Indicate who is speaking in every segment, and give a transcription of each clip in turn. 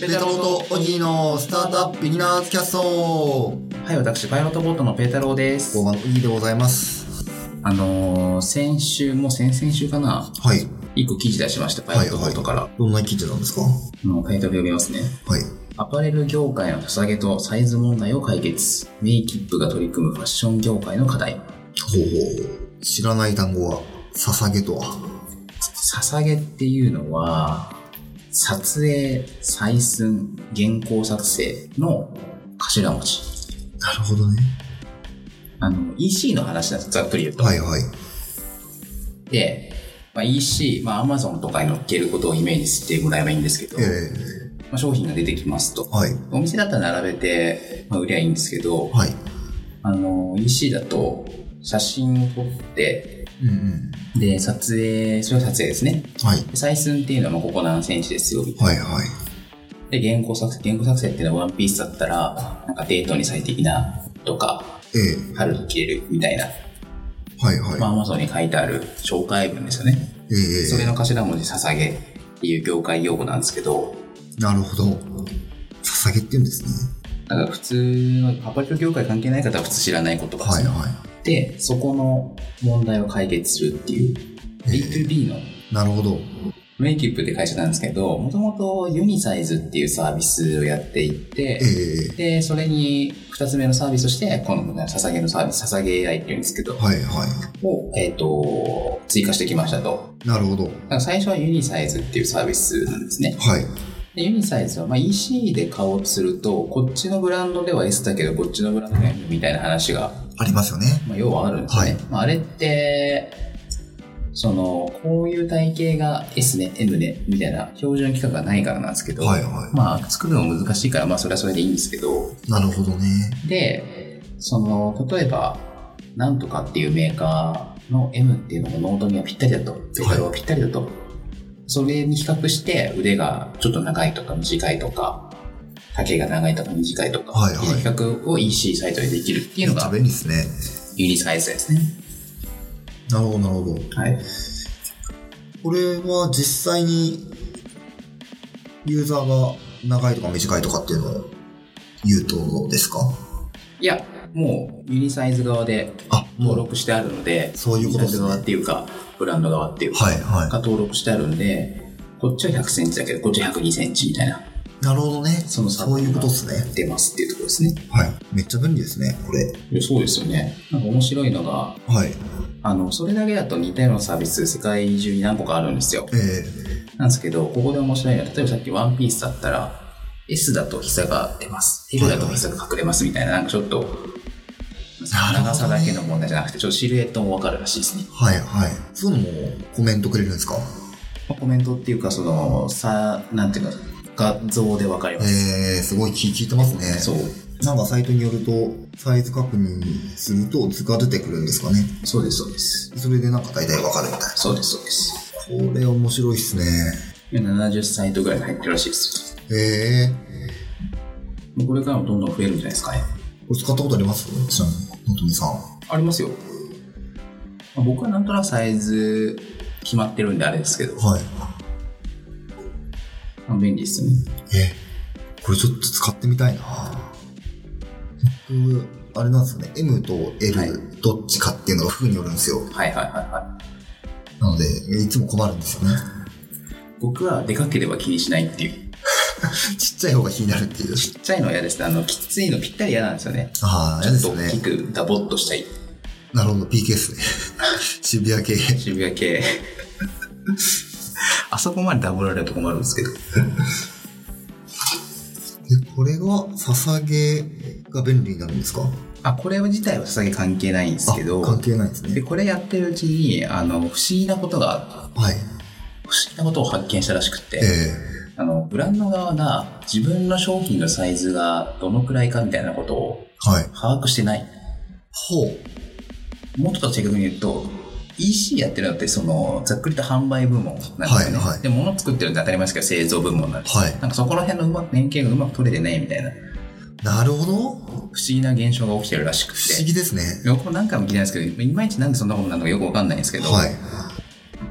Speaker 1: ペタローとオギーのスタートアップビギナーズキャスト
Speaker 2: はい、私、パイロットボートのペータローです
Speaker 1: 大。場のオギーでございます。
Speaker 2: あのー、先週、もう先々週かな、
Speaker 1: はい。
Speaker 2: 一個記事出しました、パイロットボートから。
Speaker 1: どんな記事なんですか
Speaker 2: もうタイトル読みますね。
Speaker 1: はい。
Speaker 2: アパレル業界の捧げとサイズ問題を解決。メイキップが取り組むファッション業界の課題。
Speaker 1: ほうほう。知らない単語は、捧げとは。
Speaker 2: 捧げっていうのは、撮影、採寸、原稿作成の頭文字。
Speaker 1: なるほどね。
Speaker 2: あの、EC の話なんです、ざっくり言うと。
Speaker 1: はいはい。
Speaker 2: で、まあ、EC、まあ、Amazon とかに載っけることをイメージしてもらえばいいんですけど、
Speaker 1: え
Speaker 2: まあ、商品が出てきますと
Speaker 1: ー、。はい。
Speaker 2: お店だったら並べて、まあ、売りゃいいんですけど、
Speaker 1: はい。
Speaker 2: あの、EC だと、写真を撮って、
Speaker 1: うんうん。
Speaker 2: で、撮影、それは撮影ですね。
Speaker 1: はい。
Speaker 2: で採寸っていうのは、まあここ何センチですよ、みたい
Speaker 1: はいはい。
Speaker 2: な。で、原稿作成、原稿作成っていうのはワンピースだったら、なんかデートに最適な、とか、
Speaker 1: え
Speaker 2: 春に着れる、みたいな。
Speaker 1: ー、はいはい。
Speaker 2: まあ、Amazon に書いてある紹介文ですよね。
Speaker 1: えー、
Speaker 2: それの頭文字、捧げっていう業界用語なんですけど、
Speaker 1: なるほど。捧げって言うんですね。
Speaker 2: なんか普通のアパレル業界関係ない方は普通知らない言葉ですね
Speaker 1: はいはい。
Speaker 2: で、そこの問題を解決するっていう、
Speaker 1: えー
Speaker 2: B2B の
Speaker 1: なるほど。
Speaker 2: メイキップって会社なんですけど、もともとユニサイズっていうサービスをやっていて
Speaker 1: え、ー、
Speaker 2: で、それに2つ目のサービスとして、この捧げのサービス、捧げ AI っていうんですけど、
Speaker 1: はいは
Speaker 2: を、えっ、と、追加してきましたと。
Speaker 1: い。なるほど。
Speaker 2: だから最初はユニサイズっていうサービスなんですね。
Speaker 1: はい。
Speaker 2: でユニサイズは、まあ、EC で買おうとすると、こっちのブランドでは S だけど、こっちのブランドでは M みたいな話が、
Speaker 1: ありますよね。
Speaker 2: まあ、要はあるんですね。
Speaker 1: はい
Speaker 2: まあ、あれって、その、こういう体型が S ね、M ね、みたいな標準規格がないからなんですけど、
Speaker 1: はいは
Speaker 2: まあ、作るの難しいから、まあ、それはそれでいいんですけど、
Speaker 1: い。なるほどね。
Speaker 2: で、その、例えば、なんとかっていうメーカーの M っていうのがノートにはぴったりだと。ペダルはぴったりだと。それに比較して腕がちょっと長いとか短いとか、丈が長いとか短いとか、
Speaker 1: はいはい
Speaker 2: っていう比較を EC サイトでできるっていうのが
Speaker 1: 便利ですね。
Speaker 2: ユニサイズですね。
Speaker 1: なるほどなるほど。
Speaker 2: はい。
Speaker 1: これは実際にユーザーが長いとか短いとかっていうのを言うとどうですか
Speaker 2: いや、もうユニサイズ側で
Speaker 1: あ、
Speaker 2: 登
Speaker 1: う。
Speaker 2: 録してあるので、
Speaker 1: そういうことですね
Speaker 2: ユニサイズ側っていうか、ブランド側っていうか、
Speaker 1: はいは
Speaker 2: が登録してあるんで、こっちは100センチだけど、こっちは102センチみたいな。
Speaker 1: い。なるほどね。
Speaker 2: その差
Speaker 1: そういうことですね。
Speaker 2: 出ますっていうところですね。
Speaker 1: はい。めっちゃ便利ですね、これ。
Speaker 2: いやそうですよね。なんか面白いのが、
Speaker 1: はい。
Speaker 2: あの、それだけだと似たようなサービス、世界中に何個かあるんですよ。
Speaker 1: え
Speaker 2: なんですけど、ここで面白いのは、例えばさっきワンピースだったら、S だと膝が出ます。L だと膝が隠れますみたいな、なんかちょっと、
Speaker 1: なるほどね
Speaker 2: 長さだけの問題じゃなくて、ちょっとシルエットもわかるらしいですね。
Speaker 1: ー、はいはい。そういうのもコメントくれるんですか
Speaker 2: まあコメントっていうか、その、さ、なんていうか、画像でわかります。
Speaker 1: えー、すごい聞聞いてますね。
Speaker 2: そう。
Speaker 1: なんかサイトによると、サイズ確認すると図が出てくるんですかね。
Speaker 2: そうです、そうです。
Speaker 1: それでなんか大体わかるみたい
Speaker 2: そうです、そうです。
Speaker 1: な。これ面白いっすね。
Speaker 2: 70サイトぐらいに入ってるらしいですよ。
Speaker 1: えー。
Speaker 2: もうこれからもどんどん増えるんじゃないですかね。
Speaker 1: これ使ったことありますちなみに、本当にさん。
Speaker 2: ありますよ。まあ僕はなんとなくサイズ決まってるんであれですけど、
Speaker 1: はい。
Speaker 2: まあ便利ですよね。
Speaker 1: え、これちょっと使ってみたいな僕、あれなんですよね。M と L、
Speaker 2: はい
Speaker 1: どっちかっていうのが服によるんですよ。
Speaker 2: はいはいはいはい。
Speaker 1: なので、いつも困るんです よね。
Speaker 2: 僕はでかければ気にしないっていう。
Speaker 1: ちっちゃい方が気になるっていう。
Speaker 2: ちっちゃいのは嫌ですね。あの、きついのぴったり嫌なんですよね。
Speaker 1: ああ、
Speaker 2: ち
Speaker 1: 嫌
Speaker 2: ょ
Speaker 1: で
Speaker 2: っと
Speaker 1: す
Speaker 2: 大き
Speaker 1: ね。
Speaker 2: くダボっとしたい。
Speaker 1: なるほど、PK です ね。渋谷系。
Speaker 2: 渋谷系。 あそこまでダボられると困るんですけど。
Speaker 1: で、これが、捧げが便利になるんですか
Speaker 2: あ、これ自体は捧げ関係ないんですけ
Speaker 1: あ
Speaker 2: ど、
Speaker 1: 関係ないです
Speaker 2: で、
Speaker 1: ね。
Speaker 2: これやってるうちに、あの、不思議なことが、
Speaker 1: はい。
Speaker 2: 不思議なことを発見したらしくて、
Speaker 1: え
Speaker 2: あの、ブランド側が自分の商品のサイズがどのくらいかみたいなことを
Speaker 1: ー、はい。
Speaker 2: 把握してない。
Speaker 1: ほう。
Speaker 2: もうちょっと正確に言うと、EC やってるのって、その、ざっくりと販売部門なんですよね。
Speaker 1: はいはい
Speaker 2: で、物作ってるって当たり前ですけど、製造部門なんです。
Speaker 1: はい。
Speaker 2: なんかそこら辺のうまく連携がうまく取れてないみたいな、
Speaker 1: なるほど。
Speaker 2: 不思議な現象が起きてるらしくて。
Speaker 1: 不思議ですね。
Speaker 2: 僕も何回も聞いてないですけど、いまいちなんでそんなことなのかよくわかんないんですけど、
Speaker 1: はい。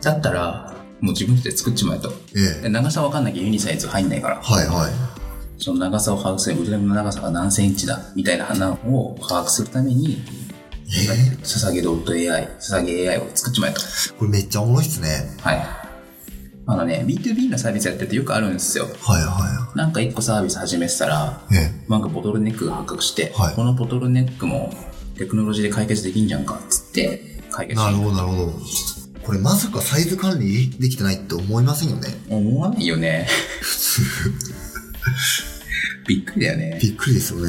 Speaker 2: だったら、もう自分たちで作っちまえと。
Speaker 1: ええ
Speaker 2: で長さわかんなきゃユニサイズ入んないから。
Speaker 1: はいはい。
Speaker 2: その長さを把握する、腕の長さが何センチだ、みたいな花を把握するために、
Speaker 1: え
Speaker 2: ささげ .ai、ささげ AI を作っちまえと。
Speaker 1: ー、これめっちゃおもろいっすね。
Speaker 2: はい。あのね、B2B のサービスやっててよくあるんですよ。
Speaker 1: はいは
Speaker 2: なんか一個サービス始めてたら、
Speaker 1: い。え
Speaker 2: なんかボトルネックが発覚して、
Speaker 1: はい
Speaker 2: このボトルネックもテクノロジーで解決できんじゃんかっつって解
Speaker 1: え
Speaker 2: 決
Speaker 1: な
Speaker 2: し
Speaker 1: るほどなるほど。これまさかサイズ管理できてないって思いませんよね。
Speaker 2: 思わないよ ねびっくりだよね
Speaker 1: びっくりですよね。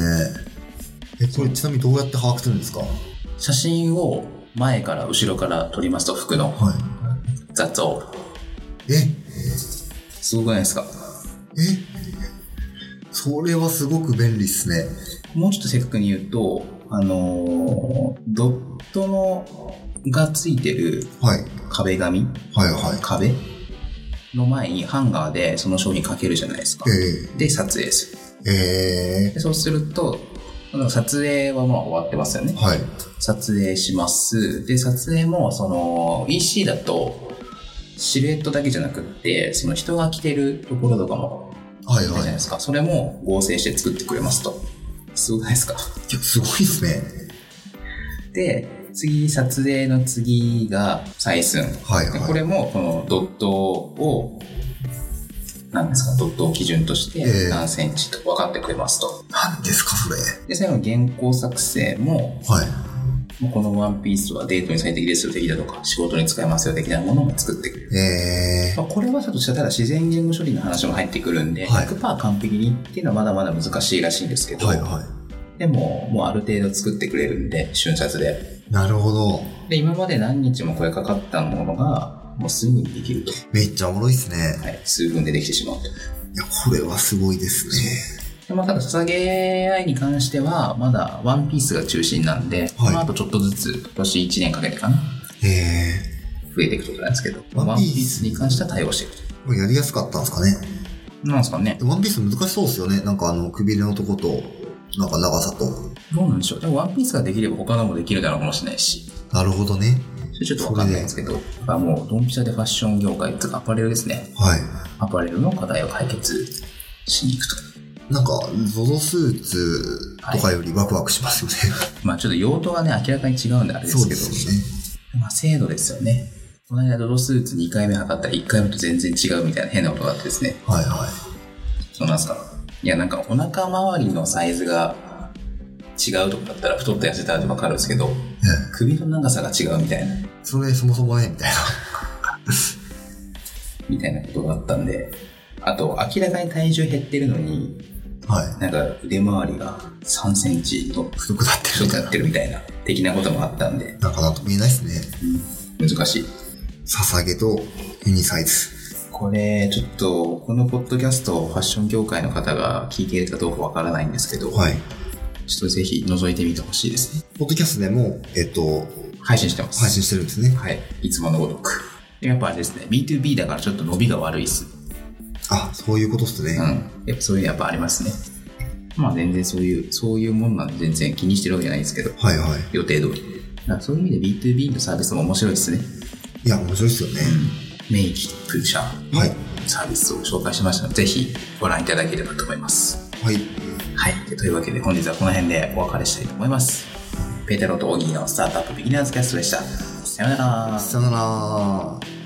Speaker 1: え、これちなみにどうやって把握するんですかはい。
Speaker 2: 写真を前から後ろから撮りますと服の雑音
Speaker 1: え、
Speaker 2: すごくないですか
Speaker 1: え、それはすごく便利っすね。
Speaker 2: もうちょっと正確に言うとあのードットのがついてる
Speaker 1: はい。
Speaker 2: 壁紙
Speaker 1: はいはい。
Speaker 2: 壁の前にハンガーでその商品かけるじゃないですか
Speaker 1: え
Speaker 2: で撮影する
Speaker 1: ええ
Speaker 2: でそうすると、あの撮影はもう終わってますよね
Speaker 1: え。はい。
Speaker 2: 撮影します。で、撮影も、その、EC だと、シルエットだけじゃなくって、その人が着てるところとかも、
Speaker 1: はい
Speaker 2: あるじゃ
Speaker 1: は
Speaker 2: ない
Speaker 1: い。
Speaker 2: ですか。それも合成して作ってくれますと。すごくないですか。
Speaker 1: いや、すごいっすね。
Speaker 2: で、次、撮影の次が採寸。
Speaker 1: はい
Speaker 2: で
Speaker 1: はい。
Speaker 2: これも、このドットを、なんですか、ドットを基準とし
Speaker 1: え
Speaker 2: て、
Speaker 1: え
Speaker 2: 何センチと分かってくれますと。
Speaker 1: なんですか、それ。
Speaker 2: で、最後の原稿作成も、
Speaker 1: はい。
Speaker 2: もうこのワンピースはデートに最適ですよ的だとか、仕事に使えますよ的なものも作ってくれる。
Speaker 1: ええ
Speaker 2: まあ、これはちょっとしたただ自然言語処理の話も入ってくるんで、
Speaker 1: はい
Speaker 2: 100%完璧にっていうのはまだまだ難しいらしいんですけど、
Speaker 1: はいはい。
Speaker 2: でももうある程度作ってくれるんで、瞬殺で。
Speaker 1: なるほど。
Speaker 2: で、今まで何日もこれかかったものが、もうすぐにできると。
Speaker 1: めっちゃおもろいっすね。
Speaker 2: はい、数分でできてしまうと。
Speaker 1: いや、これはすごいですね。
Speaker 2: でまあ、ただ、捧げ AI に関しては、まだワンピースが中心なんで、
Speaker 1: はい
Speaker 2: まあ、あとちょっとずつ、今年1年かけてかな、
Speaker 1: え
Speaker 2: 増えていくとことなんですけど、ワ
Speaker 1: ワ
Speaker 2: ン
Speaker 1: ン
Speaker 2: ピ
Speaker 1: ピ
Speaker 2: ー
Speaker 1: ース
Speaker 2: スに関しては対応していく
Speaker 1: えこれやりやすかったんですかね。
Speaker 2: と。なんですかね。
Speaker 1: ワンピース難しそうですよね。なんかあの、くびれのとこと、なんか長さと。
Speaker 2: どうなんでしょう。でも、ワンピースができれば他のもできるだろうかもしれないし、
Speaker 1: なるほどね。
Speaker 2: それちょっとわかんないんですけど、やっぱもう、ドンピシャでファッション業界とかアパレルですね。
Speaker 1: はい。
Speaker 2: アパレルの課題を解決しに行くと。
Speaker 1: なんか、ゾゾスーツとかよりワクワクしますよね。
Speaker 2: まあ、ちょっと用途がね、明らかに違うんであれです
Speaker 1: そう
Speaker 2: け
Speaker 1: で
Speaker 2: ど、
Speaker 1: すよね。
Speaker 2: まあ、精度ですよね。この間、ドドスーツ2回目測ったら1回目と全然違うみたいな変なことがあってですね。
Speaker 1: はいはい。
Speaker 2: そうなんですか。いや、なんか、お腹周りのサイズが違うとかだったら、太った痩せたってわかるんですけど、
Speaker 1: え
Speaker 2: 首の長さが違うみたいな。
Speaker 1: えそれそもそもね、みたいな。
Speaker 2: みたいなことがあったんで、あと、明らかに体重減ってるのに、
Speaker 1: はい。
Speaker 2: なんか腕周りが3センチと
Speaker 1: 太くなってる
Speaker 2: 太
Speaker 1: み
Speaker 2: く
Speaker 1: たい
Speaker 2: な
Speaker 1: な
Speaker 2: って。るみたいな、的なこともあったんで、
Speaker 1: なんかなんと見えないですね。
Speaker 2: 難しい。
Speaker 1: 捧げとユニサイズ。
Speaker 2: これ、ちょっと、このポッドキャストをファッション業界の方が聞いているかどうかわからないんですけど、
Speaker 1: はい。
Speaker 2: ちょっとぜひ覗いてみてほしいですね。
Speaker 1: ポッドキャストでも、えっと、
Speaker 2: 配信してます。
Speaker 1: 配信してるんですね。
Speaker 2: はい。いつものごとく。やっぱあれですね、B2B だからちょっと伸びが悪いっす。
Speaker 1: あ、そういうことっすね。
Speaker 2: うん。やっぱそういうのやっぱありますね。まあ全然そういう、そういうもんなんで全然気にしてるわけじゃないですけど、
Speaker 1: はいはい。
Speaker 2: 予定通り。だからそういう意味で B2B のサービスも面白いですね。
Speaker 1: いや、面白いですよね。
Speaker 2: メイキプ社の
Speaker 1: はい
Speaker 2: サービスを紹介しましたので、ぜひご覧いただければと思います。
Speaker 1: はい。
Speaker 2: はい。というわけで本日はこの辺でお別れしたいと思います。ペータローとオギーのスタートアップビギナーズキャストでした。さようなら。
Speaker 1: さよなら。